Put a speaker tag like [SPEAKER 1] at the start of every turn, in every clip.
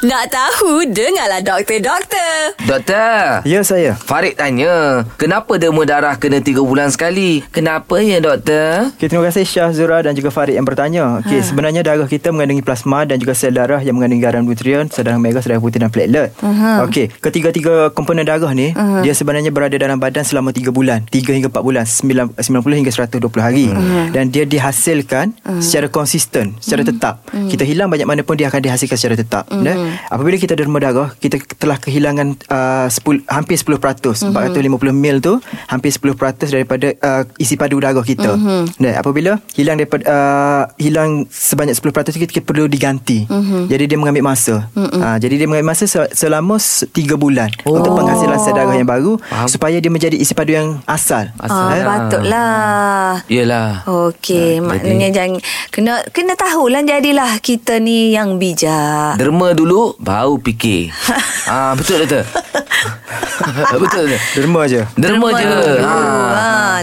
[SPEAKER 1] Nak tahu, dengarlah doktor, doktor.
[SPEAKER 2] Doktor,
[SPEAKER 3] Ya saya.
[SPEAKER 2] Farid tanya, kenapa derma darah kena 3 bulan sekali? Kenapa ya doktor?
[SPEAKER 4] Okay, terima kasih Syah Zura dan juga Farid yang bertanya. Okay, ha. sebenarnya darah kita mengandungi plasma dan juga sel darah yang mengandungi garam nutrien, sel darah merah, sel darah putih dan platelet. Uh-huh. Okey, ketiga-tiga komponen darah ni uh-huh. dia sebenarnya berada dalam badan selama 3 bulan, 3 hingga 4 bulan, 9, 90 hingga 120 hari. Uh-huh. Dan dia dihasilkan uh-huh. secara konsisten, secara uh-huh. tetap. Uh-huh. Kita hilang banyak mana pun dia akan dihasilkan secara tetap, uh-huh. Apabila kita derma darah, kita telah kehilangan uh, 10, hampir 10%, uh-huh. 450 mil tu hampir 10% daripada uh, isi padu darah kita. Uh-huh. Dan apabila hilang daripada uh, hilang sebanyak 10% tu kita perlu diganti. Mm-hmm. Jadi dia mengambil masa. Mm-hmm. Uh, jadi dia mengambil masa se- selama 3 bulan oh. untuk penghasilan sel darah yang baru
[SPEAKER 2] Faham.
[SPEAKER 4] supaya dia menjadi isi padu yang asal.
[SPEAKER 1] Ah,
[SPEAKER 2] Asal.
[SPEAKER 1] patutlah.
[SPEAKER 2] Yelah.
[SPEAKER 1] Okey,
[SPEAKER 2] Ah,
[SPEAKER 1] maknanya jangan kena kena tahulah jadilah kita ni yang bijak.
[SPEAKER 2] Derma dulu, baru fikir. ah, betul doktor? betul doktor?
[SPEAKER 4] Derma je.
[SPEAKER 2] Derma, je. Ha.
[SPEAKER 1] Ha.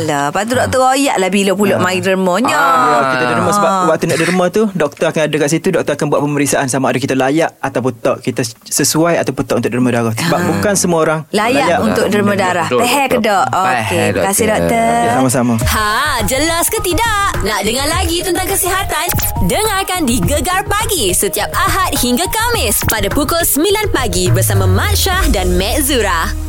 [SPEAKER 1] Alah, lepas tu doktor royak lah bila pula ha. mai dermanya.
[SPEAKER 4] Ya,
[SPEAKER 2] Ah.
[SPEAKER 4] kita derma sebab waktu nak derma tu doktor akan ada kat situ doktor akan buat pemeriksaan sama ada kita layak ataupun tak kita sesuai ataupun tak untuk derma darah sebab bukan semua orang
[SPEAKER 1] Layak, untuk derma darah.
[SPEAKER 2] lah. Betul,
[SPEAKER 1] Peher ke
[SPEAKER 2] betul.
[SPEAKER 1] dok?
[SPEAKER 2] Peher,
[SPEAKER 1] Okey, terima kasih
[SPEAKER 2] doktor.
[SPEAKER 1] doktor.
[SPEAKER 4] Ya, sama-sama
[SPEAKER 5] Ha, jelas ke tidak? Nak dengar lagi tentang kesihatan? Dengarkan di Gegar Pagi setiap Ahad hingga Kamis pada pukul 9 pagi bersama Mat Syah dan Mat Zura.